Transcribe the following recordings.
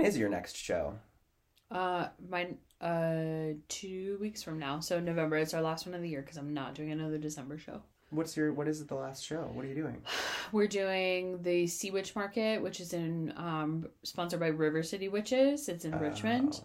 is your next show? Uh, my uh, two weeks from now, so November. It's our last one of the year because I'm not doing another December show. What's your what is it the last show? What are you doing? We're doing the Sea Witch Market, which is in um sponsored by River City Witches. It's in Oh, Richmond.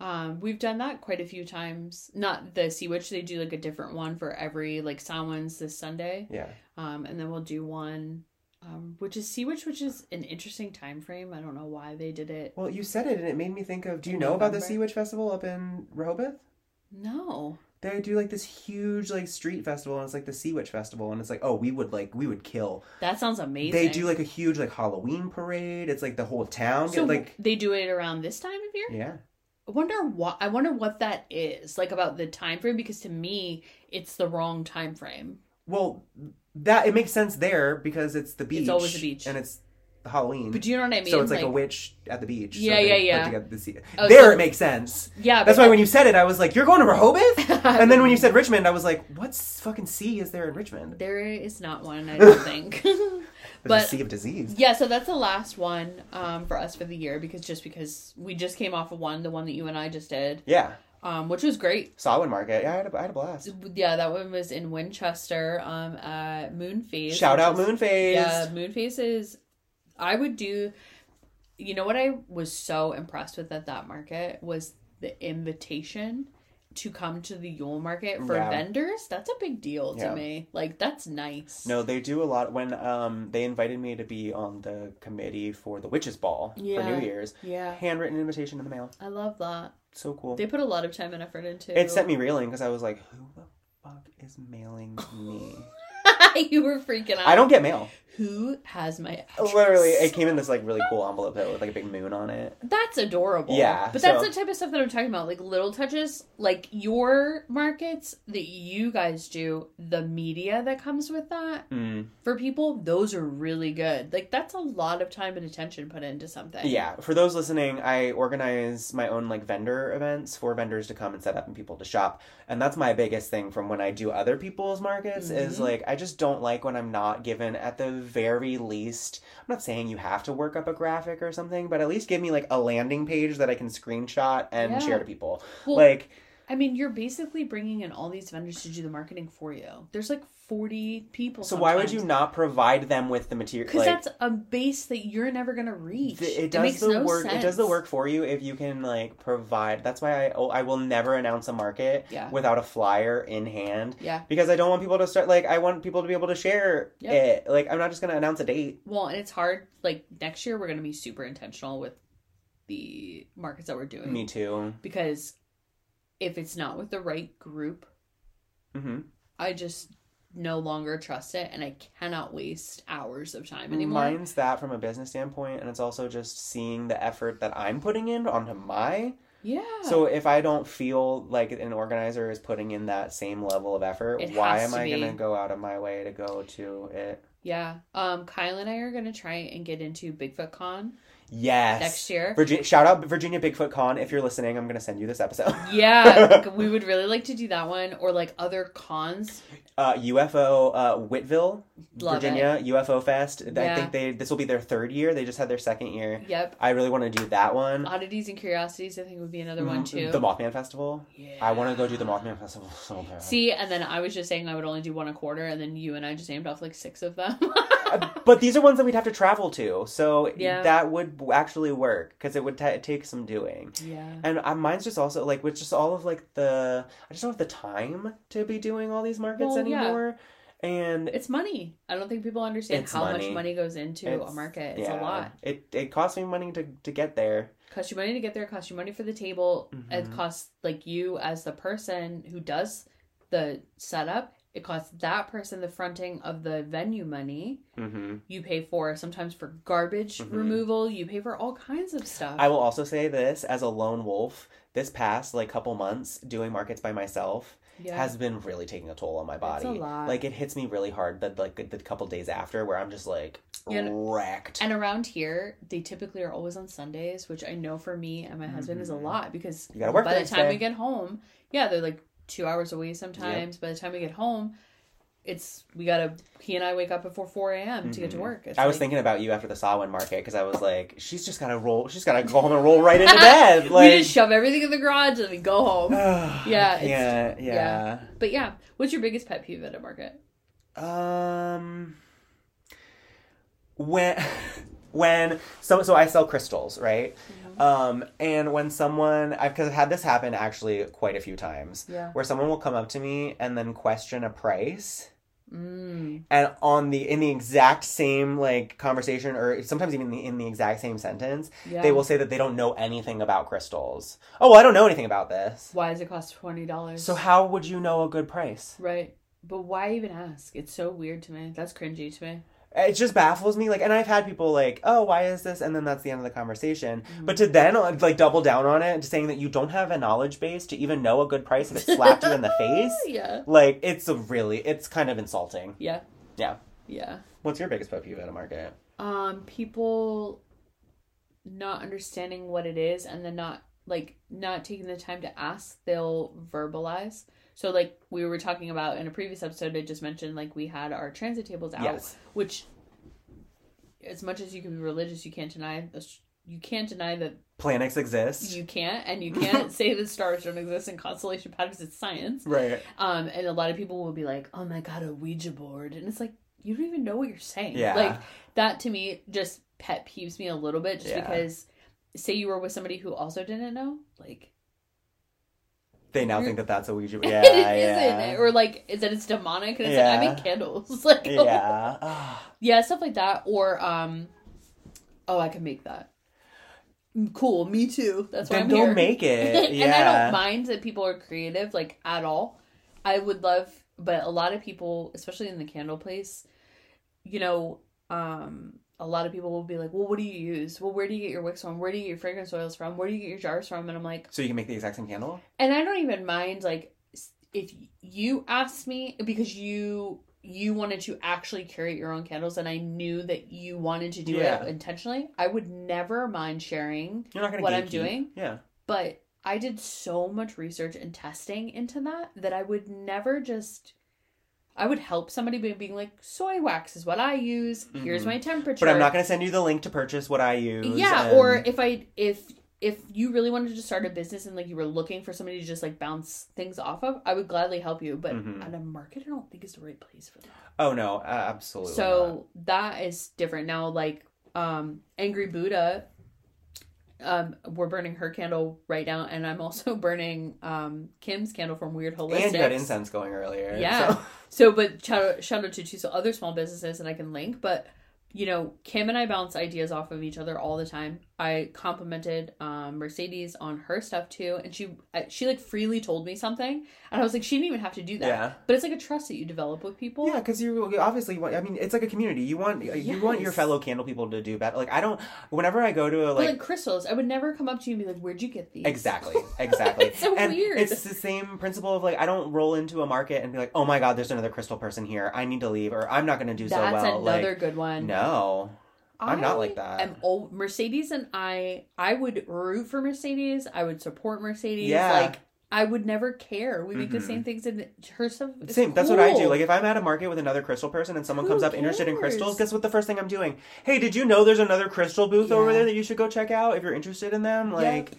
Um, we've done that quite a few times. Not the Sea Witch; they do like a different one for every like Samhain's this Sunday. Yeah. Um, and then we'll do one, um, which is Sea Witch, which is an interesting time frame. I don't know why they did it. Well, you said it and it made me think of do you know about the November. Sea Witch Festival up in Rehoboth? No, They do like this huge like street festival and it's like the Sea Witch Festival and it's like, oh, we would like we would kill. that sounds amazing. They do like a huge like Halloween parade. It's like the whole town so get, like they do it around this time of year. Yeah. I wonder what I wonder what that is like about the time frame because to me it's the wrong time frame. Well, that it makes sense there because it's the beach. It's always the beach. and it's Halloween. But do you know what I mean? so it's like, a witch at the beach. so Yeah, they yeah, put yeah. together the sea- Oh, there so- it makes sense. yeah. That's but- why when you said it, I was like, "You're going to Rehoboth," and then when you said Richmond, I was like, "What s- fucking sea is there in Richmond?" there is not one, I don't think. There's a But- sea of disease. yeah, so that's the last one um, for us for the year because just because we just came off of one, the one that you and I just did, Yeah, um, which was great. Sawin Market. Yeah, I had a, I had a blast. Yeah, that one was in Winchester um, at Moonface. Shout out which is- Moonface. Yeah, Moonface is. I would do. You know what I was so impressed with at that market was the invitation to come to the Yule market for Yeah. vendors. That's a big deal to Yeah. me. Like that's nice. No, they do a lot. When um they invited me to be on the committee for the witches ball for Yeah. New Year's, Yeah, handwritten invitation in the mail. I love that. So cool. They put a lot of time and effort into. It sent me reeling because I was like, "Who the fuck is mailing me?" you were freaking out. I don't get mail. Who has my address? Literally, it came in this like really cool envelope though, with like a big moon on it. That's adorable. Yeah, But that's so- the type of stuff that I'm talking about. Like little touches, like your markets that you guys do, the media that comes with that Mm. for people, those are really good. Like that's a lot of time and attention put into something. Yeah, for those listening, I organize my own like vendor events for vendors to come and set up and people to shop, and that's my biggest thing from when I do other people's markets is Mhm. like I just don't like when I'm not given at the very least. I'm not saying you have to work up a graphic or something, but at least give me like a landing page that I can screenshot and Yeah. share to people. Well, like I mean, you're basically bringing in all these vendors to do the marketing for you. There's like 40 people. So why would sometimes. you not provide them with the material? Because that's a base that you're never gonna reach. th- it does makes the no work. It does the sense. work for you if you can like provide. That's why I oh, I will never announce a market Yeah. without a flyer in hand Yeah. because I don't want people to start like I want people to be able to share Yeah. it. Like I'm not just gonna announce a date. Well, and it's hard. Like next year, we're gonna be super intentional with the markets that we're doing Me too. because if it's not with the right group, hmm I just no longer trust it, and I cannot waste hours of time anymore. Mine's that from a business standpoint, and it's also just seeing the effort that I'm putting in onto my. yeah. So if I don't feel like an organizer is putting in that same level of effort, It why has am to I be. gonna go out of my way to go to it? yeah. Um, Kyle and I are gonna try and get into Bigfoot Con Yes. next year. Virginia, shout out Virginia Bigfoot Con. If you're listening, I'm going to send you this episode. yeah, we would really like to do that one or like other cons. Uh, UFO uh, Whitville, Love Virginia, UFO Fest. I Yeah. think they this will be their third year. They just had their second year. Yep. I really want to do that one. Oddities and Curiosities, I think, would be another one too. Mm, The Mothman Festival. yeah. I want to go do the Mothman Festival so bad. See, and then I was just saying I would only do one a quarter, and then you and I just named off like six of them. Uh, but these are ones that we'd have to travel to, so Yeah. that would actually work because it would t- take some doing. yeah. And uh, mine's just also like with just all of like the I just don't have the time to be doing all these markets Well, yeah. anymore. And It's money. I don't think people understand It's how money. much money goes into a It's- market. It's yeah. a lot. It it costs me money to to get there. Costs you money to get there, costs you money for the table. Mhm. It costs like you as the person who does the setup. It costs that person the fronting of the venue money. Mm-hmm. You pay for sometimes for garbage Mhm. removal. You pay for all kinds of stuff. I will also say this as a lone wolf. This past like couple months doing markets by myself yeah. has been really taking a toll on my body. It's a lot. Like it hits me really hard that like the, the couple days after where I'm just like Yeah, wrecked. And around here, they typically are always on Sundays, which I know for me and my husband is a Mhm. lot because You gotta work the by the next time day. we get home, yeah, they're like two hours away sometimes. By the time we get home, it's we gotta he and I wake up before four a.m. to get to Mhm. work. It's I was like- thinking about you after the Sawin market because I was like, she's just gotta roll. She's gotta go home and roll right into bed. we Like, just shove everything in the garage and we go home. Yeah, it's- yeah, yeah. yeah. But yeah, what's your biggest pet peeve at a market? Um, when when so so I sell crystals, right? Um, and when someone I've because I've had this happen actually quite a few times, Yeah. where someone will come up to me and then question a price. Mm. and on the in the exact same like conversation or sometimes even the, in the exact same sentence Yeah. they will say that they don't know anything about crystals oh well, i don't know anything about this Why does it cost twenty dollars? so how would you know a good price Right. But why even ask? It's so weird to me. That's cringy to me. it just baffles me like and i've had people like oh why is this and then that's the end of the conversation Mm-hmm. but to then uh, like double down on it to saying that you don't have a knowledge base to even know a good price if it slapped you in the face Yeah. like it's a really it's kind of insulting Yeah. Yeah. Yeah. what's your biggest pet peeve at a market Um, people not understanding what it is and then not like not taking the time to ask, they'll verbalize. So like we were talking about in a previous episode, I just mentioned like we had our transit tables out, yes which as much as you can be religious, you can't deny this you can't deny that planets exist you can't and you can't say that stars don't exist and constellation patterns it's science right Um, and a lot of people will be like, "Oh my god, a Ouija board," and it's like you don't even know what you're saying. Yeah. like that to me just pet peeves me a little bit, just Yeah. because say you were with somebody who also didn't know, like They now You're- think that that's a Ouija. Yeah, it yeah. not or like is that it's demonic and it's like I Yeah. make candles, like yeah. yeah. Ah. stuff like that, or um, oh, I can make that. Cool, me too. That's why then I'm don't here. make it. Yeah. and I don't mind that people are creative, like at all. I would love, but a lot of people, especially in the candle place, you know, um, a lot of people will be like, "Well, what do you use? Well, where do you get your wicks from? Where do you get your fragrance oils from? Where do you get your jars from?" And I'm like, So you can make the exact same candle. and I don't even mind like s- if you asked me because you you wanted to actually curate your own candles, and I knew that you wanted to do Yeah. it intentionally. I would never mind sharing You're not gonna. what I'm gatekeep. doing Yeah. but I did so much research and testing into that that I would never just I would help somebody by being like soy wax is what I use. Here's Mhm. my temperature. But I'm not gonna send you the link to purchase what I use. Yeah, and- or if I if if you really wanted to start a business and like you were looking for somebody to just like bounce things off of, I would gladly help you, but Mhm. at a market I don't think is the right place for that. oh no, uh, absolutely. not. So that is different now. Like um, Angry Buddha, um, we're burning her candle right now, and I'm also burning um, Kim's candle from Weird Holistics. and you had incense going earlier. Yeah. so- So, but shout out, shout out to two so other small businesses, and I can link. But you know, Kim and I bounce ideas off of each other all the time. I complimented um, Mercedes on her stuff too, and she I- she like freely told me something, and I was like, she didn't even have to do that. Yeah. But it's like a trust that you develop with people. Yeah, because you you obviously want. I mean, it's like a community. You want you want your Yes. fellow candle people to do better. Like I don't. Whenever I go to a, But like like crystals, I would never come up to you and be like, "Where'd you get these?" Exactly. Exactly. It's so and weird. It's the same principle of like I don't roll into a market and be like, oh my god, there's another crystal person here. I need to leave, or I'm not going to do That's so well. another Like, good one. no, I'm not like I that. Am old Mercedes and I. I would root for Mercedes. I would support Mercedes. Yeah. Like I would never care. We make the Mhm. same things in her stuff. is Same. That's what I do. cool. Like if I'm at a market with another crystal person and someone Who comes up interested in crystals, cares? guess what? The first thing I'm doing. Hey, did you know there's another crystal booth over Yeah. there that you should go check out if you're interested in them? Like,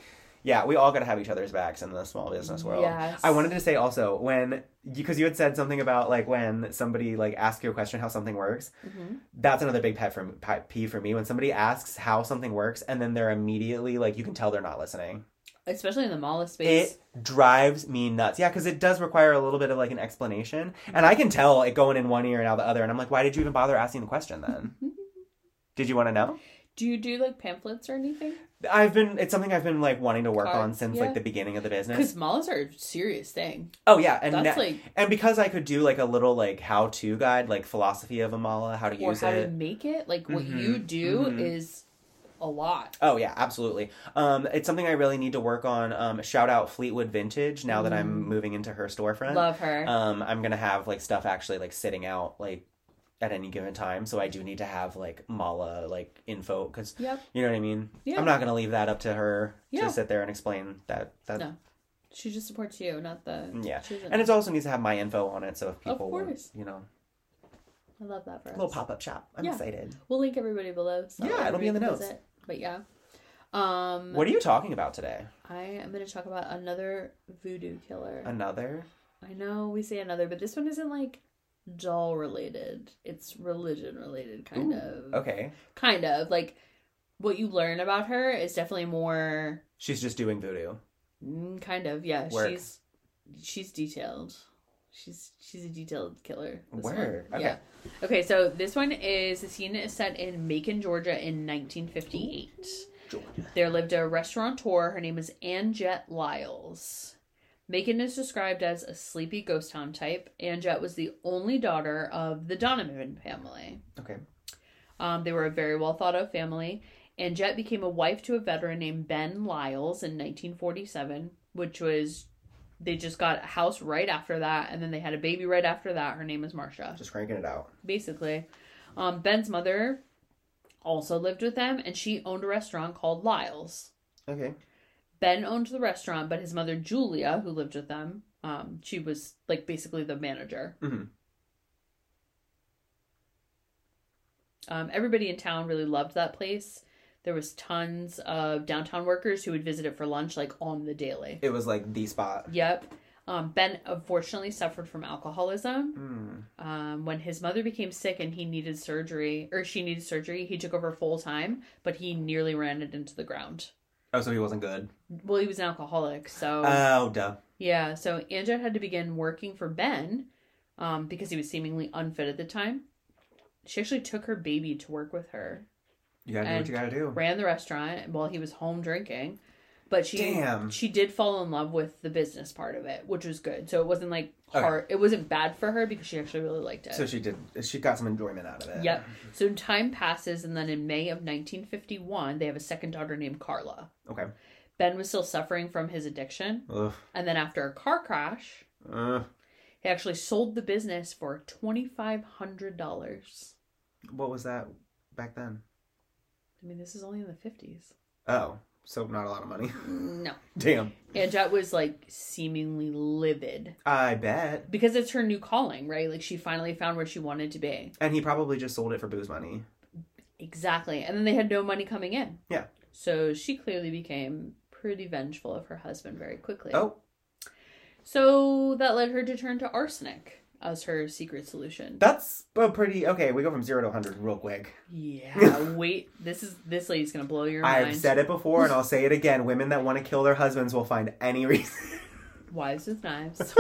yeah, we all got to have each other's backs in the small business world. Yes. I wanted to say also when because you had said something about like when somebody like asks you a question how something works. Mhm. That's another big pet for pet peeve for me when somebody asks how something works and then they're immediately like you can tell they're not listening. especially in the mall space. It drives me nuts. Yeah, because it does require a little bit of like an explanation, and Mm-hmm. I can tell it going in one ear and out the other, and I'm like, why did you even bother asking the question then? Did you want to know? do you do like pamphlets or anything? I've been it's something I've been like wanting to work Car- on since yeah. like the beginning of the business. Because malls are a serious thing. Oh yeah, and That's na- like and because I could do like a little like how to guide, like philosophy of Amala, how to or use how it. to make it. Like what Mhm. you do Mhm. is a lot. Oh yeah, absolutely. Um, it's something I really need to work on. Um, shout out Fleetwood Vintage. Now that I'm Mm. moving into her storefront, Love her. um, I'm gonna have like stuff actually like sitting out like at any given time. So I do need to have like Mala like info because yep. you know what I mean. Yeah. I'm not gonna leave that up to her Yeah. to sit there and explain that. That No. She just supports you, not the. yeah. she doesn't- And it also needs to have my info on it, so if Of people, want- course. you know, I love that for us. little pop up shop. I'm Yeah. excited. We'll link everybody below. So Yeah, it'll be in the everybody notes. can visit. But yeah. Um What are you talking about today? I am gonna talk about another voodoo killer. Another? I know we say another, but this one isn't like doll related. It's religion related kind Ooh, of. Okay. Kind of. Like what you learn about her is definitely more She's just doing voodoo. mm, kind of, yeah. Work. She's she's detailed. She's she's a detailed killer. this one. Word. Okay. Yeah. Okay, so this one is the scene is set in Macon, Georgia in nineteen fifty eight. Georgia. There lived a restaurateur. Her name is Anjette Lyles. Macon is described as a sleepy ghost town type. Anjette was the only daughter of the Donovan family. Okay. Um, they were a very well thought of family. Anjette became a wife to a veteran named Ben Lyles in 1947, which was they just got a house right after that, and then they had a baby right after that. Her name is Marcia Just cranking it out. basically. Um, Ben's mother also lived with them, and she owned a restaurant called Lyle's. Okay. Ben owned the restaurant, but his mother Julia, who lived with them, um, she was like basically the manager. Mhm. Um, everybody in town really loved that place. There was tons of downtown workers who would visit it for lunch, like on the daily. It was like the spot. Yep. Um, ben unfortunately suffered from alcoholism Mm. um, when his mother became sick and he needed surgery or she needed surgery he took over full time but he nearly ran it into the ground Oh, so he wasn't good. well he was an alcoholic so Oh, duh. yeah so Anjette had to begin working for ben um, because he was seemingly unfit at the time she actually took her baby to work with her You gotta do And what you gotta do. ran the restaurant while he was home drinking but she Damn. she did fall in love with the business part of it which was good so it wasn't like Okay. hard it wasn't bad for her because she actually really liked it So she did. She got some enjoyment out of it. Yep. So time passes, and then in May of 1951, they have a second daughter named Carla. Okay. Ben was still suffering from his addiction, Ugh. Uh, and then after a car crash, Ugh. he actually sold the business for twenty five hundred dollars. What was that back then? I mean, this is only in the fifties. Oh, so not a lot of money. No, Damn. and Jet was like seemingly livid I bet. because it's her new calling, right? Like she finally found where she wanted to be. And he probably just sold it for booze money. Exactly. And then they had no money coming in. Yeah. So she clearly became pretty vengeful of her husband very quickly. Oh, So that led her to turn to arsenic as her secret solution. that's a pretty. Okay, we go from zero to 100 real quick. yeah, wait. This is this lady's gonna blow your mind. I've said it before and I'll say it again. Women that want to kill their husbands will find any reason. Wives with knives.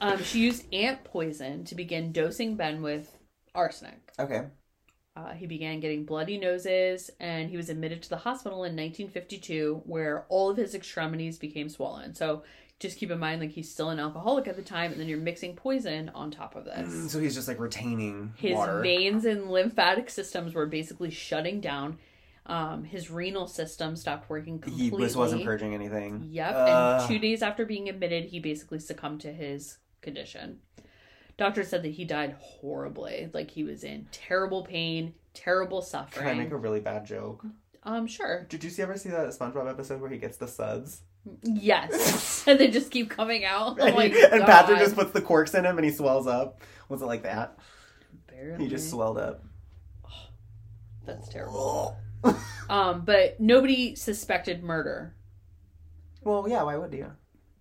um, she used ant poison to begin dosing Ben with arsenic. Okay. Uh, he began getting bloody noses, and he was admitted to the hospital in 1952, where all of his extremities became swollen. So just keep in mind, like he's still an alcoholic at the time, and then you're mixing poison on top of this. Mm, So he's just like retaining His water. veins and lymphatic systems were basically shutting down. Um, his renal system stopped working he completely. was, wasn't purging anything. Yep. Ugh. and two days after being admitted, he basically succumbed to his condition. Doctors said that he died horribly. Like he was in terrible pain, terrible Can I make suffering. a really bad joke? Um, sure. Did you see ever see that SpongeBob episode where he gets the suds? Yes. and they just keep coming out. Oh and my he- and Patrick God. just puts the corks in him and he swells up. Was it like that? Barely. He just swelled up. That's terrible. Um, but nobody suspected murder Well, yeah, why would you?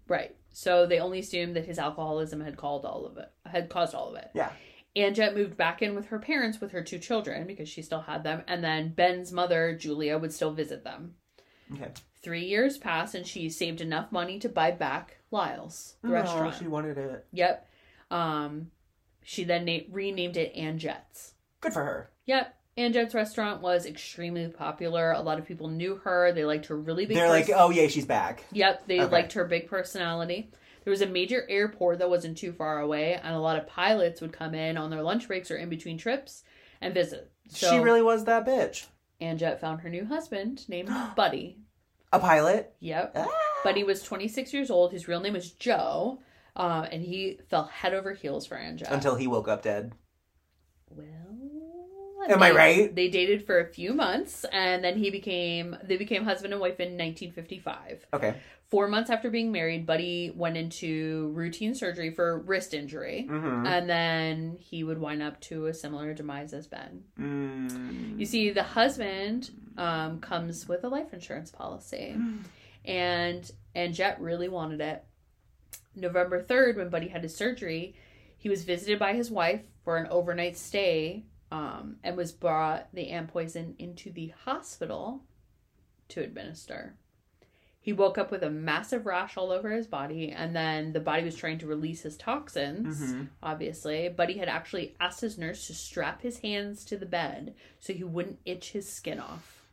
Right. So they only assumed that his alcoholism had called all of it, had caused all of it. Yeah. Anjette moved back in with her parents with her two children because she still had them, and then Ben's mother, Julia, would still visit them. Okay. Three years passed, and she saved enough money to buy back Lyle's the No, restaurant. Oh, She wanted it. Yep. Um, she then na- renamed it Anjette's. Good for her. Yep. Anjette's restaurant was extremely popular. A lot of people knew her. They liked her really big. They're like, pers- oh yeah, she's back. Yep, they Okay. liked her big personality. There was a major airport that wasn't too far away, and a lot of pilots would come in on their lunch breaks or in between trips and visit. So she really was that bitch. Anjette found her new husband named Buddy. A pilot. Yep. Ah. Buddy was 26 years old. His real name was Joe, uh, and he fell head over heels for Anjette. Until he woke up dead. well, Am I they- right? They dated for a few months, and then he became they became husband and wife in 1955. Okay. Four months after being married, Buddy went into routine surgery for wrist injury, Mm-hmm. and then he would wind up to a similar demise as Ben. mm You see, the husband um, comes with a life insurance policy, Mm-hmm. and and Jet really wanted it. November third, when Buddy had his surgery, he was visited by his wife for an overnight stay, um, and was brought the ant poison into the hospital to administer. He woke up with a massive rash all over his body, and then the body was trying to release his toxins Mhm. obviously, but he had actually asked his nurse to strap his hands to the bed so he wouldn't itch his skin off.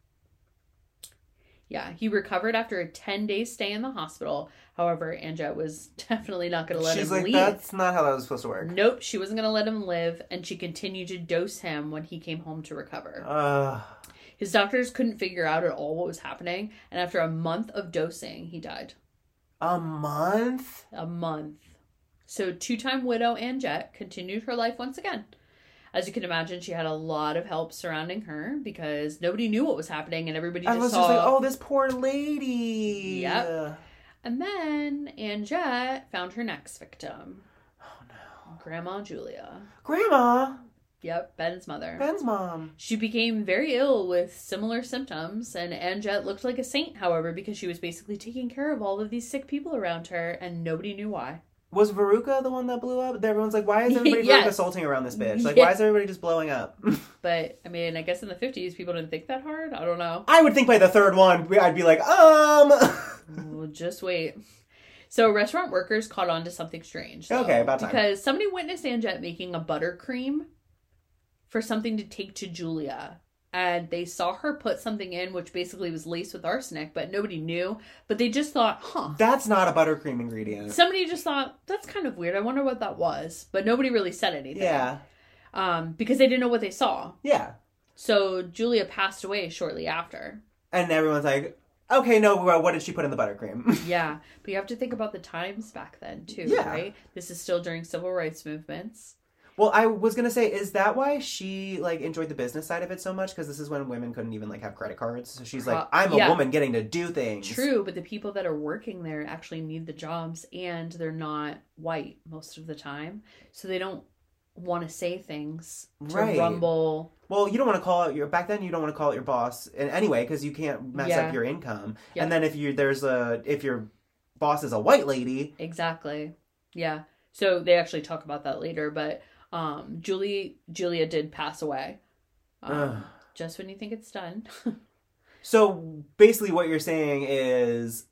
Yeah, he recovered after a 10 day stay in the hospital. However, Anja was definitely not going to let She's him like, leave. that's not how that was supposed to work. Nope, she wasn't going to let him live, and she continued to dose him when he came home to recover. Uh, His doctors couldn't figure out at all what was happening, and after a month of dosing, he died. a month? a month. So, two time widow Ann Jett continued her life once again. As you can imagine, she had a lot of help surrounding her because nobody knew what was happening and everybody I just was saw. just like, oh, this poor lady. Yep. Oh, And then Ann Jett found her next victim, no. Grandma Julia. Grandma, Yep, Ben's mother. Ben's mom. She became very ill with similar symptoms, and Ann Jett looked like a saint, however, because she was basically taking care of all of these sick people around her and nobody knew why. Was Veruca the one that blew up? Everyone's like, why is everybody Yes. Veruca assaulting around this bitch? Like, Yeah. why is everybody just blowing up? But I mean, I guess in the 50s, people didn't think that hard. I don't know. I would think by the third one, we- I'd be like, um. Well, just wait. So restaurant workers caught on to something strange. though, Okay, about time. Because somebody witnessed Anjet making a buttercream for something to take to Julia. And they saw her put something in which basically was laced with arsenic, but nobody knew. But they just thought, huh. That's not a buttercream ingredient. Somebody just thought, that's kind of weird. I wonder what that was. But nobody really said anything. Yeah. Um, because they didn't know what they saw. Yeah. So Julia passed away shortly after. And everyone's like, okay, no, well, what did she put in the buttercream? Yeah, but you have to think about the times back then too, Yeah. right? This is still during civil rights movements. well, I was gonna say, is that why she like enjoyed the business side of it so much? Because this is when women couldn't even like have credit cards. So she's like, Pro- I'm a Uh, yeah. woman getting to do things. True, but the people that are working there actually need the jobs and they're not white most of the time. So they don't want to say things to Right. rumble. Well, you don't want to call out your back then. You don't want to call out your boss in anyway because you can't mess Yeah. up your income. Yeah. And then if you there's a if your boss is a white lady, Exactly. Yeah. So they actually talk about that later, but um Julie Julia did pass away. Um, ugh. just when you think it's done. so basically what you're saying is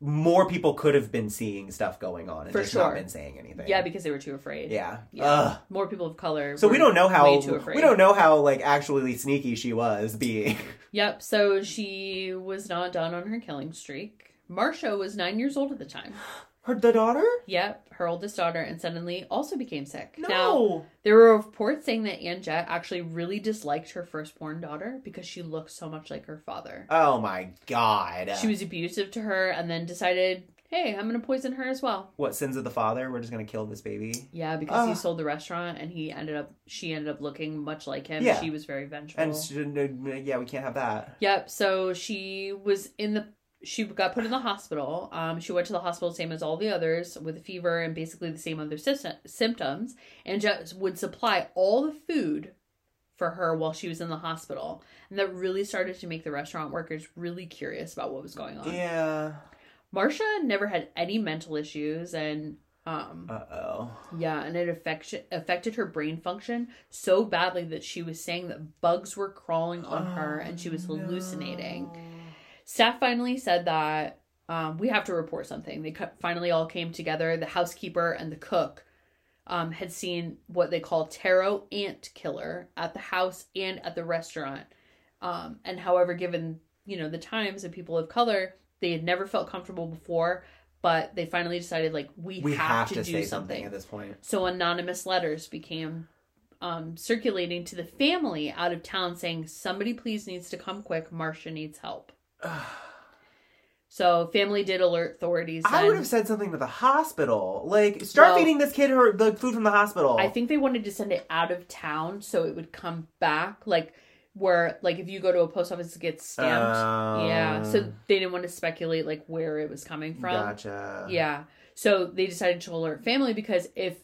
more people could have been seeing stuff going on and For just sure. not been saying anything. Yeah, because they were too afraid. yeah. Yeah. Ugh. More people of color. So we were don't know how way too afraid. we don't know how like actually sneaky she was being. Yep, so she was not done on her killing streak. Marcia was nine years old at the time. Her the daughter? Yep, her oldest daughter, and suddenly also became sick. No. Now, there were reports saying that Ann Jett actually really disliked her firstborn daughter because she looked so much like her father. oh my god. She was abusive to her and then decided, hey, I'm going to poison her as well. what sins of the father? We're just gonna kill this baby. Yeah, because he Ugh. sold the restaurant and he ended up, she ended up looking much like him. Yeah. She was very vengeful. And she didn't- yeah, we can't have that. Yep. So she was in the she got put in the hospital. Um, she went to the hospital same as all the others with a fever and basically the same other sys- symptoms. And just would supply all the food for her while she was in the hospital, and that really started to make the restaurant workers really curious about what was going on. Yeah. Marcia never had any mental issues, and um, Uh oh. yeah, and it affected affected her brain function so badly that she was saying that bugs were crawling on her and she Oh, was hallucinating. Staff finally said that um, we have to report something. They cu- finally all came together. The housekeeper and the cook um, had seen what they call tarot ant killer at the house and at the restaurant. Um, and however, given you know the times and people of color, they had never felt comfortable before. But they finally decided like we, We have, to, do say something something. at this point. So anonymous letters became um, circulating to the family out of town saying, somebody please needs to come quick. Marcia needs help. So family did alert authorities. I then. would have said something to the hospital. Like, start Well- feeding this kid her the food from the hospital. I think they wanted to send it out of town so it would come back, like where, like if you go to a post office, it gets stamped. Um, yeah, so they didn't want to speculate like where it was coming from. gotcha. Yeah, so they decided to alert family because if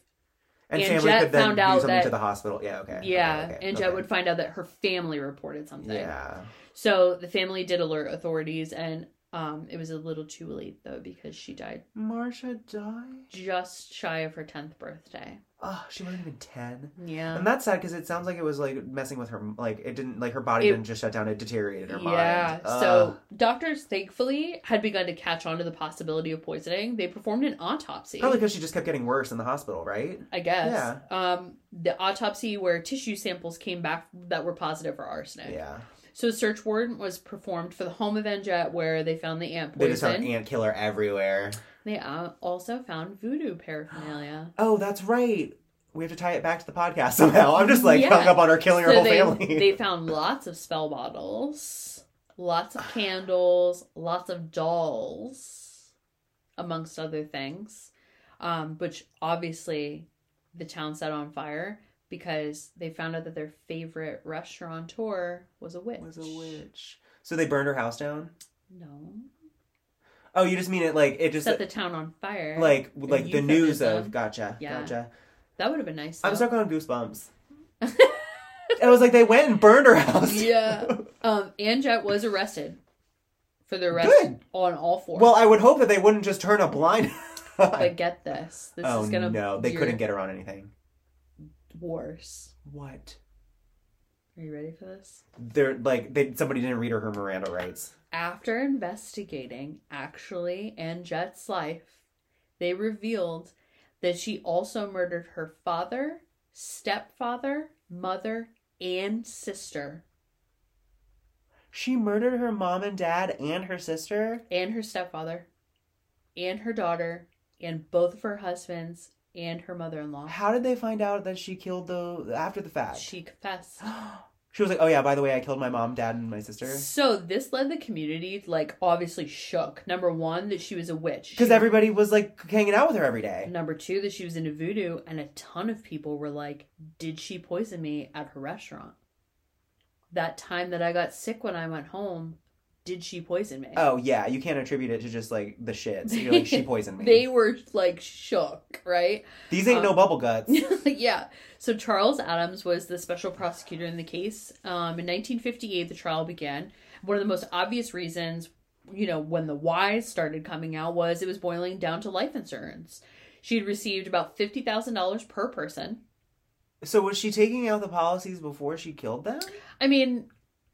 and, And family Jet could then found do out something that- to the hospital. Yeah, okay. yeah, okay, okay, and Jet okay. would find out that her family reported something. Yeah, So the family did alert authorities, and um, it was a little too late though because she died Marsha died. just shy of her tenth birthday. Oh, she wasn't even ten. Yeah, And that's sad because it sounds like it was like messing with her. Like it didn't. Like her body It- didn't just shut down. It deteriorated her mind. Yeah. Ugh. So doctors thankfully had begun to catch on to the possibility of poisoning. They performed an autopsy. probably because she just kept getting worse in the hospital, right? I guess. Oh, Yeah. Um, the autopsy where tissue samples came back that were positive for arsenic. Yeah. So a search warrant was performed for the home of Enjet where they found the ant poison. They just found ant killer everywhere. They, uh, also found voodoo paraphernalia. Oh, that's right. We have to tie it back to the podcast somehow. I'm just like Yeah. hung up on her killing her So whole they, family. they found lots of spell bottles, lots of candles, lots of dolls, amongst other things, um, which obviously the town set on fire because they found out that their favorite restaurateur was a witch. was a witch. So they burned her house down. No. Oh, you just mean it like it just Set the town on fire. like and like the news of euphemism. gotcha Yeah. gotcha. That would have been nice. I'm though. stuck on goosebumps. I was like, they went and burned her house. Yeah. Um, Anjet was arrested for the arrest Good. on all fours. Well, I would hope that they wouldn't just turn a blind. But get this. This oh is gonna no, they be couldn't get her on anything. worse. What? Are you ready for this? They're like they somebody didn't read her her Miranda rights. After investigating actually and Jet's life, they revealed that she also murdered her father, stepfather, mother, and sister, She murdered her mom and dad and her sister. and her stepfather, and her daughter, and both of her husbands, and her mother in law. How did they find out that she killed the after the fact? She confessed. she was like, "Oh yeah, by the way, I killed my mom, dad, and my sister." So this led the community like obviously shook. Number one, that she was a witch. Because She- everybody was like hanging out with her every day. Number two, that she was into voodoo, and a ton of people were like, Did she poison me at her restaurant? That time that I got sick when I went home, did she poison me? Oh yeah, you can't attribute it to just like the shits. You're like, she poisoned me. They were like shook, right? These ain't no um, bubble guts. yeah. So Charles Adams was the special prosecutor in the case. Um, in 1958, the trial began. One of the most obvious reasons, you know, when the whys started coming out was it was boiling down to life insurance. She had received about $50,000 per person. So was she taking out the policies before she killed them? I mean,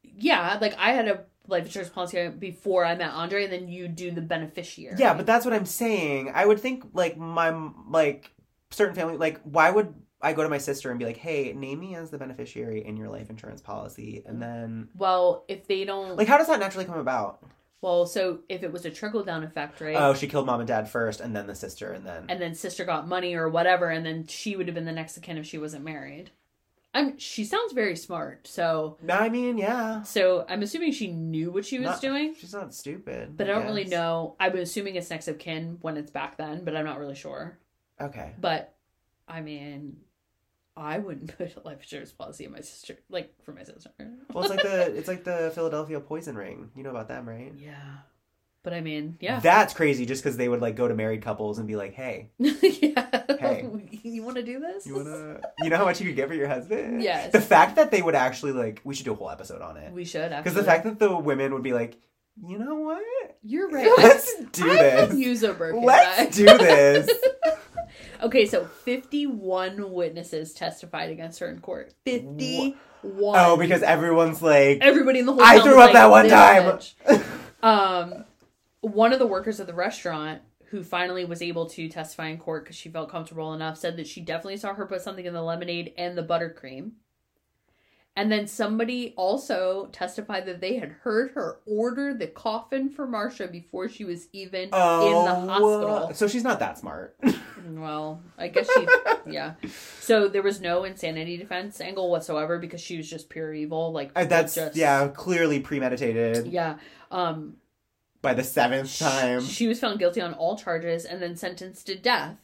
yeah, like I had a life insurance policy before I met Andre, and then you do the beneficiary. Yeah, but that's what I'm saying. I would think like my like certain family like why would I go to my sister and be like, "Hey, name me as the beneficiary in your life insurance policy," and then well, if they don't, like how does that naturally come about? well, so if it was a trickle down effect, right? Oh, she killed mom and dad first, and then the sister, and then and then sister got money or whatever, and then she would have been the next of kin if she wasn't married. I'm. She sounds very smart, so I mean, yeah, so I'm assuming she knew what she was Not- doing, she's not stupid. but I don't really guess. know. I'm assuming it's next of kin when it's back then, but I'm not really sure. Okay, But I mean, I wouldn't put a life insurance policy in my sister, like for my sister. well, it's like the it's like the Philadelphia poison ring. You know about them, right? yeah, but I mean, yeah, That's crazy just because they would like go to married couples and be like, hey, yeah. Hey. you want to do this? you wanna, you know how much you could get for your husband? Yes. The fact that they would actually like, we should do a whole episode on it. We should Because actually. the fact that the women would be like, you know what? you're right. Let's do I could this. use a Birkin bag. Let's do this. Okay, so 51 witnesses testified against her in court. 51. Oh, because everyone's like, everybody in the whole I town threw was up that one "This time." bitch. um, one of the workers of the restaurant who finally was able to testify in court because she felt comfortable enough said that she definitely saw her put something in the lemonade and the buttercream. And then somebody also testified that they had heard her order the coffin for Marcia before she was even oh, in the hospital. So she's not that smart. Well, I guess she, yeah. So there was no insanity defense angle whatsoever because she was just pure evil. Like Uh, That's just, yeah, clearly premeditated. yeah. Um, by the seventh time. She was found guilty on all charges and then sentenced to death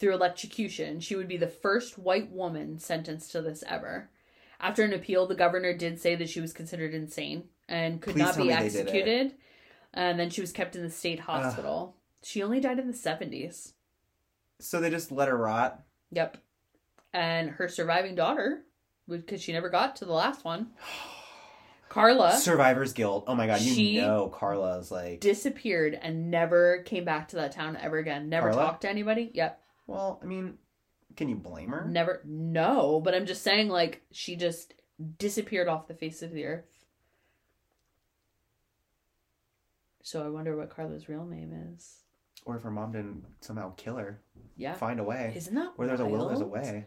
through electrocution. She would be the first white woman sentenced to this ever. After an appeal, the governor did say that she was considered insane and could Please not tell be me they did it. executed. And then she was kept in the state hospital. She only died in the 70s. So they just let her rot. Yep. And her surviving daughter, because she never got to the last one, Carla, Survivor's guilt. Oh my god, you She know Carla's like disappeared and never came back to that town ever again. Never Carla? talked to anybody. Yep. Well, I mean, can you blame her? Never. No, but I'm just saying, like, she just disappeared off the face of the earth. So I wonder what Carla's real name is. Or if her mom didn't somehow kill her. Yeah. Find a way. Isn't that Where there's a will, there's a wild? way.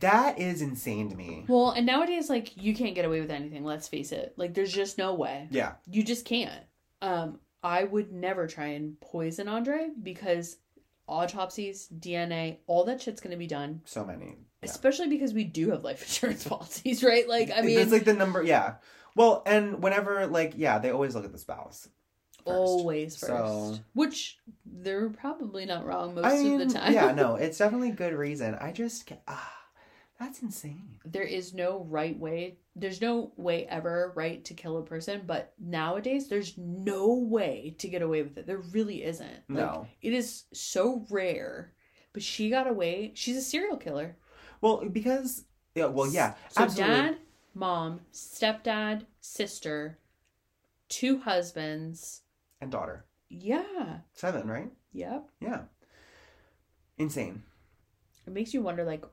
That is insane to me. Well, and nowadays, like, you can't get away with anything, let's face it. Like, there's just no way. Yeah. You just can't. Um, I would never try and poison Andre because autopsies, DNA, all that shit's gonna be done. So many. Yeah. Especially because we do have life insurance policies, right? Like, I mean, it's like the number. Yeah. Well, and whenever like yeah, they always look at the spouse. first. always first. So- Which they're probably not wrong most I mean, of the time. yeah, no, it's definitely good reason. I just get- ah, that's insane. There is no right way. There's no way ever right to kill a person, but nowadays there's no way to get away with it. There really isn't. Like, No. It is so rare. But she got away. She's a serial killer. Well, because yeah, well, yeah, So absolutely. dad, mom, stepdad, sister, two husbands. and daughter Yeah. seven, right? Yep. Yeah, insane. It makes you wonder like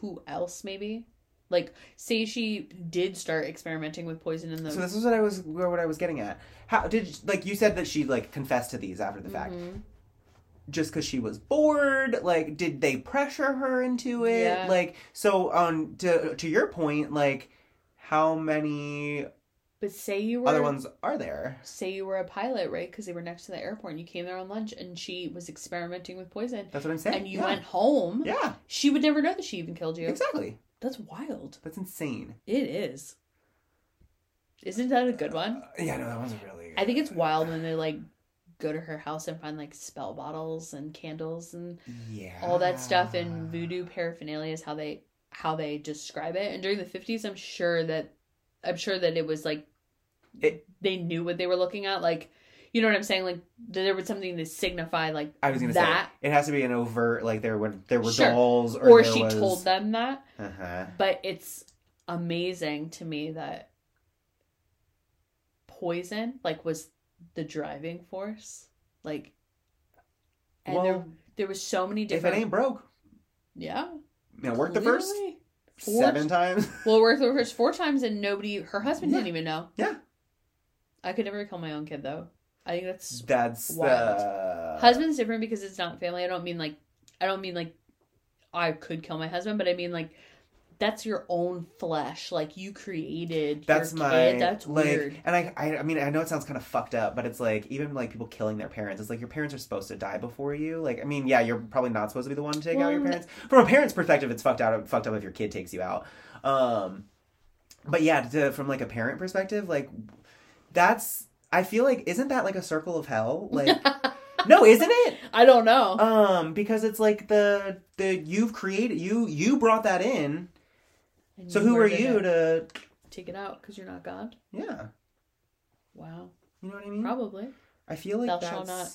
who else maybe? Like say she did start experimenting with poison in the So this is what I was where what I was getting at. How did like you said that she like confessed to these after the fact, Mhm. just because she was bored? Like, did they pressure her into it? Yeah. Like, so on to to your point, like, how many But say you were other ones are there? say you were a pilot, right? Because they were next to the airport and you came there on lunch and she was experimenting with poison That's what I'm saying. and you yeah. went home. yeah, She would never know that she even killed you. exactly. That's wild. That's insane. It is. Isn't that a good one? Uh, yeah, no, that one's really. Good. I think it's wild when they like go to her house and find like spell bottles and candles and Yeah. all that stuff Ah. and voodoo paraphernalia is how they how they describe it. And during the fifties, I'm sure that I'm sure that it was like It- they knew what they were looking at. Like, you know what I'm saying? Like there was something to signify like I was gonna that, say it has to be an overt like there were there were Sure. dolls or, or, there she was... told them that. Uh-huh. But it's amazing to me that poison like was the driving force. Like, and there Well, there was so many if it different ain't broke, yeah. now work the first clearly. Four seven times. Well, we're the first four times, and nobody, her husband didn't even know. Yeah. I could never kill my own kid, though. I think that's That's uh, the Wild. husband's different because it's not family. I don't mean like, I don't mean like, I could kill my husband, but I mean like, that's your own flesh. Like you created. That's your my Kid. That's like, weird. and I, I, I mean, I know it sounds kind of fucked up, but it's like even like people killing their parents. It's like your parents are supposed to die before you. Like, I mean, yeah, you're probably not supposed to be the one to take out your Well, parents. From a parent's perspective, it's fucked out, fucked up if your kid takes you out. Um, but yeah, to, from like a parent perspective, like that's I feel like isn't that like a circle of hell? Like, no, isn't it? I don't know. Um, because it's like the the you've created you you brought that in. And So who are were gonna you to take it out? Because you're not God. yeah? Wow. You know what I mean? Probably I feel like Thou that's. shalt not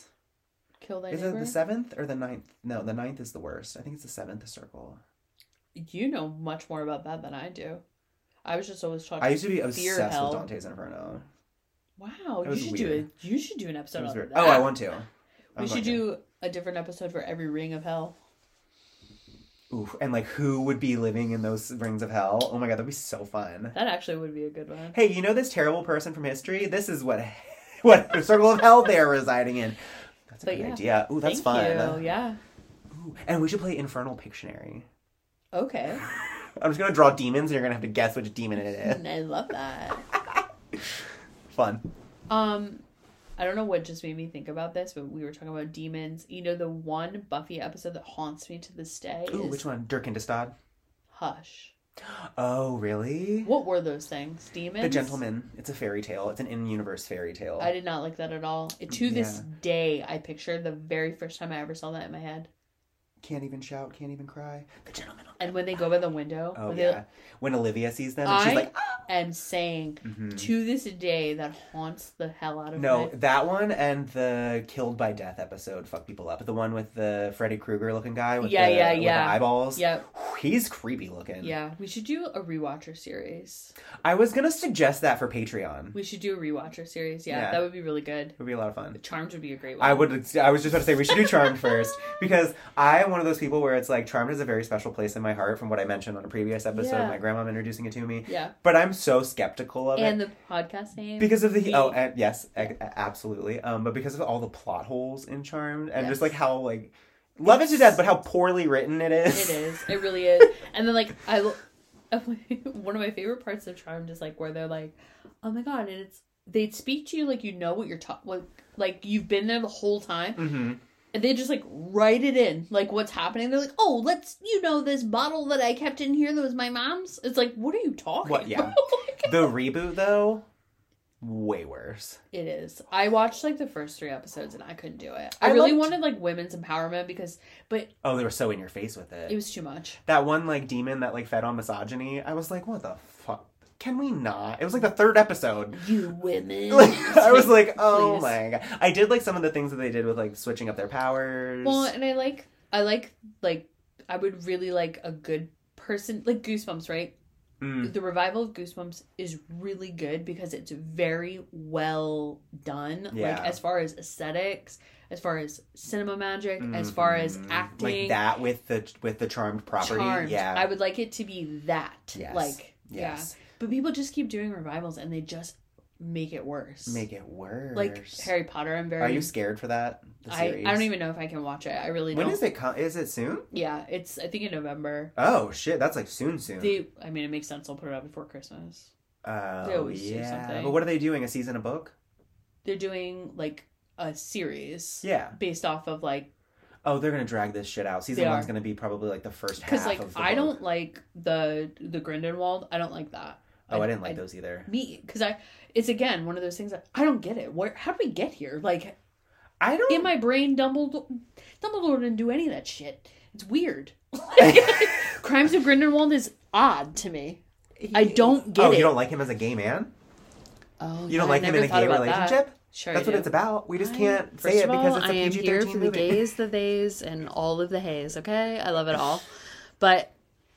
kill thy Is it neighbor. the seventh or the ninth? No, the ninth is the worst. I think it's the seventh circle. you know much more about that than I do. I was just always taught. I used to be Fear obsessed hell. with Dante's Inferno. Wow, It you was should weird. do a you should do an It episode was on weird. that. Oh, I want to. We should do a different episode for every ring of hell. Oof, and like who would be living in those rings of hell? Oh my god, that'd be so fun. That actually would be a good one. Hey, you know this terrible person from history? This is what what circle of hell they're residing in. That's a But good yeah. idea. Ooh, that's uh, Thank fun. You. Yeah. Ooh, and we should play Infernal Pictionary. Okay. I'm just gonna draw demons, and you're gonna have to guess which demon it is. I love that. Fun. Um, I don't know what just made me think about this, but we were talking about demons. You know, the one Buffy episode that haunts me to this day Ooh, is which one? Dirk and Destad. Hush. Oh, really? What were those things? Demons? The Gentleman. It's a fairy tale. It's an in-universe fairy tale. I did not like that at all. It- to this Yeah. day, I picture the very first time I ever saw that in my head. Can't even shout. Can't even cry. The Gentleman. And when they go by the window, Oh when they- yeah. When Olivia sees them, and I- Ah! she's like, and saying Mhm. to this day that haunts the hell out of No, me. that one and the Killed by Death episode fuck people up. The one with the Freddy Krueger looking guy with, Yeah, the, yeah, with the yeah. eyeballs. Yep. He's creepy looking. Yeah, we should do a rewatcher series. I was gonna suggest that for Patreon. We should do a rewatcher series. Yeah, Yeah. that would be really good. It would be a lot of fun. Charmed would be a great one. I would. I was just about to say we should do Charmed first because I am one of those people where it's like Charmed is a very special place in my heart from what I mentioned on a previous episode. Yeah. My grandma introducing it to me, Yeah, but I'm so skeptical of and it the podcast name because of the the- oh and, yes, a- a- absolutely. Um, but because of all the plot holes in Charmed and Yes. just like how like love it to death, but how poorly written it is. It is. It really is. And then like I, lo- one of my favorite parts of Charmed is like where they're like, oh my god, and it's they speak to you like you know what you're talking like like you've been there the whole time. Mm-hmm. And they just like write it in like what's happening. They're like, oh, let's you know this bottle that I kept in here that was my mom's. It's like, what are you talking? What- yeah. about? The reboot though, way worse. It is. I watched like the first three episodes and I couldn't do it. I, I really liked- wanted like women's empowerment because, but Oh, they were so in your face with it was too much. that one like demon that like fed on misogyny. I was like, what the fuck? Can we not? It was like the third episode. You women. Like, I was like, oh Please. my god. I did like some of the things that they did with like switching up their powers. Well, and I like, I like, like, I would really like a good person, like Goosebumps, right? Mm, The revival of Goosebumps is really good because it's very well done. Yeah. Like, as far as aesthetics, as far as cinema magic, as far as mhm. acting. like that with the with the charmed property. Charmed. Yeah. I would like it to be that. Yes. Like, yeah. yes. But people just keep doing revivals and they just make it worse. Make it worse. like Harry Potter. I'm very. Are you scared for that? The I, series. I don't even know if I can watch it. I really When don't. is it? Co- is it soon? Yeah, it's I think in November. Oh shit! That's like soon, soon. They, I mean, it makes sense. I'll put it out before Christmas. they oh always do yeah. something. But what are they doing? A season, a book? They're doing like a series Yeah. based off of like Oh, they're gonna drag this shit out. Season They one's are. gonna be probably like the first half. because like of the I book. don't like the the Grindelwald. I don't like that. Oh, I, didn't like those either. Me, because I it's again one of those things that I don't get it. Where how did we get here? Like I don't. in my brain, Dumbledore, Dumbledore didn't do any of that shit. It's weird. Like, Crimes of Grindelwald is odd to me. I don't get oh, it. you don't like him as a gay man? oh, You yeah, don't I like him in never a thought gay about that. relationship? Sure, That's I what do. it's about. We just can't First say it of all, because it's a I am PG here for thirteen the movie. gays, the theys, and all of the hays. Okay, I love it all, but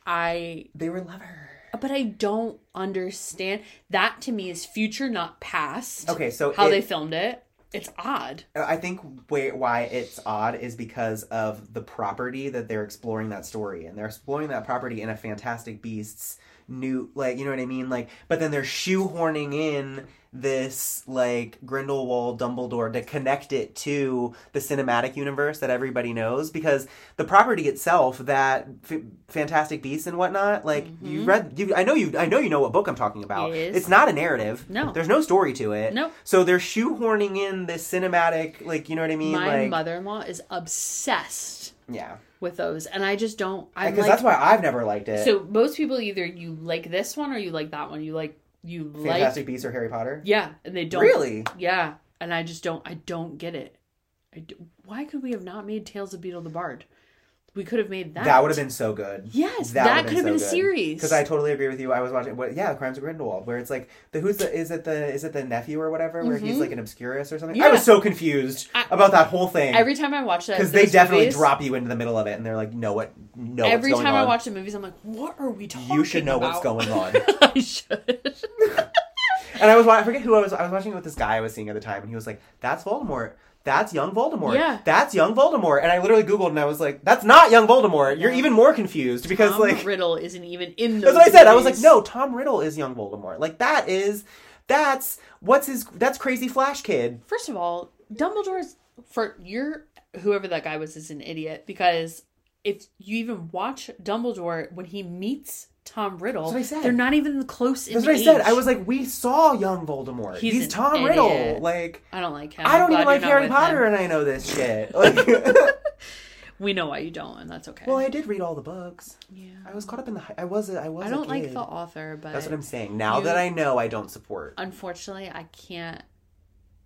I They were lover. But I don't understand. That to me is future, not past. Okay, so How it- they filmed it. It's odd. I think wh- why it's odd is because of the property that they're exploring that story, and they're exploring that property in a Fantastic Beasts new, like you know what I mean, like. But then they're shoehorning in this like Grindelwald Dumbledore to connect it to the cinematic universe that everybody knows because the property itself that F- Fantastic Beasts and whatnot, like you read, you, I know you, I know you know what book I'm talking about. Yes. It's not a narrative. No. there's no story to it. No. So they're shoehorning in this cinematic, like you know what I mean? My like, mother-in-law is obsessed yeah, with those, and I just don't. I'm because like, that's why I've never liked it. so most people either you like this one or you like that one. You like you Fantastic like Beasts or Harry Potter? yeah, and they don't Really? yeah, and I just don't. I don't get it. I do- why could we have not made Tales of Beetle the Bard? We could have made that. That, would have been so good. yes. that That, would've could have been been, so a good. series. Because I totally agree with you. I was watching, what, yeah, The Crimes of Grindelwald, where it's like the who's the is it the is it the nephew or whatever, where he's Mhm. like an obscurus or something. I Yeah. was so confused I- about that whole thing every time I watch that because they those definitely movies- drop you into the middle of it, and they're like, "No, what? No, Every what's going time I on. watch the movies, I'm like, what are we talking about? you should know what's going on." I should. And I was wa- I forget who I was I was watching with this guy I was seeing at the time, and he was like, "That's Voldemort. That's young Voldemort. Yeah. That's young Voldemort." And I literally Googled, and I was like, "That's not young Voldemort. You're Yeah. even more confused because Tom like Riddle isn't even in that's those. what I said. I was like, movies. no, Tom Riddle is young Voldemort. Like that is that's what's his that's crazy Flash kid. First of all, Dumbledore's for your whoever that guy was is an idiot because if you even watch Dumbledore when he meets Tom Riddle, That's what I said. they're not even close. in That's what I age. said. I was like, we saw young Voldemort. He's He's, an Tom idiot. Riddle. Like I don't like him. I I'm don't glad even like Harry you're not with Potter, him. and I know this shit. Like, We know why you don't, and that's okay. Well, I did read all the books. yeah. I was caught up in the. hy- I was. A, I was. I a don't like kid. the author, but That's what I'm saying. Now You- that I know, I don't support. unfortunately, I can't.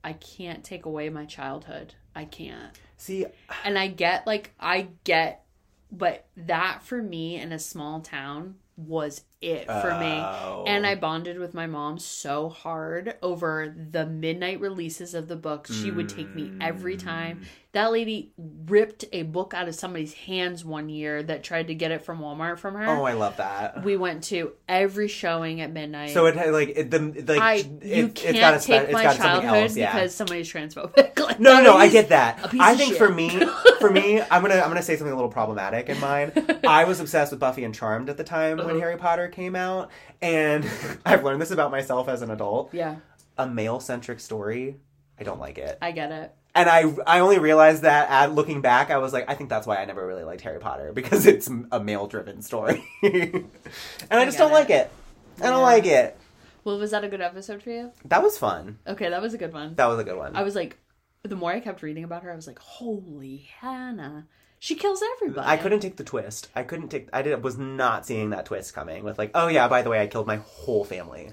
I can't take away my childhood. I can't. See, and I get like I get, but that for me in a small town was it for me. Ah. oh. And I bonded with my mom so hard over the midnight releases of the books. She would take me every time. Mm. That lady ripped a book out of somebody's hands one year that tried to get it from Walmart from her. Oh, I love that. we went to every showing at midnight. So it had like it, the like I it, you it's can't got a spe- take it's my got something childhood else, yeah. because somebody's transphobic. Like, no, that no, I is- get that. a piece I of think shit. for me, for me, I'm gonna I'm gonna say something a little problematic in mine. I was obsessed with Buffy and Charmed at the time when Uh-huh. Harry Potter came out, and I've learned this about myself as an adult. Yeah. A male centric story, I don't like it, I get it. and I I only realized that at looking back, I was like, I think that's why I never really liked Harry Potter because it's a male driven story, and I just get don't it. like it. I don't Yeah. like it. Well, was that a good episode for you? That was fun. Okay, that was a good one. That was a good one. I was like, the more I kept reading about her, I was like, holy Hannah, she kills everybody. I couldn't take the twist. I couldn't take. I did, was not seeing that twist coming. With like, oh yeah, by the way, I killed my whole family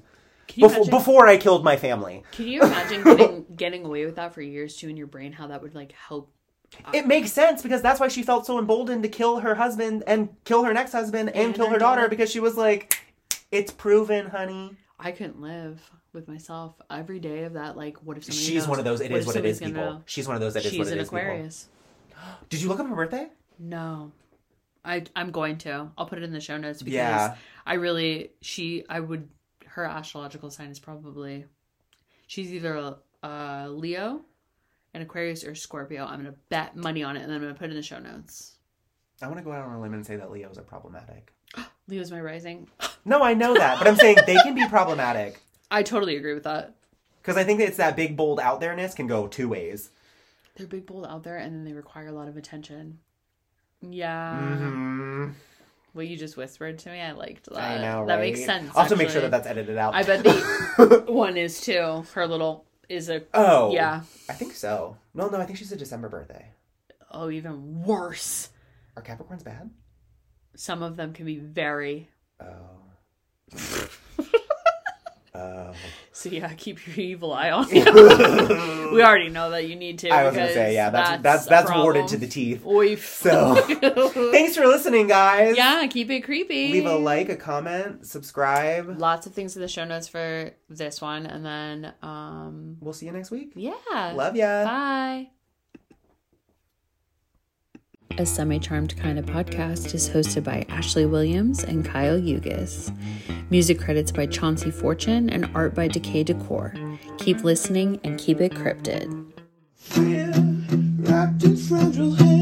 Can you before. imagine, Before I killed my family, Can you imagine getting getting away with that for years too in your brain? How that would like help? Uh, it makes sense because that's why she felt so emboldened to kill her husband and kill her next husband and, And kill her her daughter daughter. because she was like, "It's proven, honey." I couldn't live with myself every day of that. Like, what if somebody? She's knows? one of those. It What is if what it somebody's is. gonna People. know? She's one of those. That is She's what it an is. People. Aquarius. Did you look up her birthday? No. I, I'm going to. I'll put it in the show notes because Yeah. I really she I would her astrological sign is probably she's either uh Leo, an Aquarius or Scorpio. I'm gonna bet money on it and then I'm gonna put it in the show notes. I want to go out on a limb and say that Leos are problematic. Leo's my rising. No, I know that, but I'm saying they can be problematic I totally agree with that. because I think that it's that big bold out there ness can go two ways. They're big bold out there and then they require a lot of attention. Yeah. hmm What you just whispered to me, I liked that. I know, That right? makes sense. I'll have to make sure that actually. that's edited out. I bet the one is too. Her little is a oh, yeah. I think so. No, no, I think she's a December birthday. Oh, even worse. Are Capricorns bad? Some of them can be very. Oh. oh. So yeah, keep your evil eye on you. I we already know that you need to. was gonna because say, yeah, that's that's a that's, warded to problem. the teeth. Oif. So- Thanks for listening, guys. yeah, keep it creepy. Leave a like, a comment, subscribe. Lots of things in the show notes for this one, and then um, We'll see you next week. yeah. Love ya. Bye. A Semi Charmed Kind of Podcast is hosted by Ashley Williams and Kyle Yugis. Music credits by Chauncey Fortune and art by Decay Decor. Keep listening and keep it cryptid. fear wrapped in fragile hair.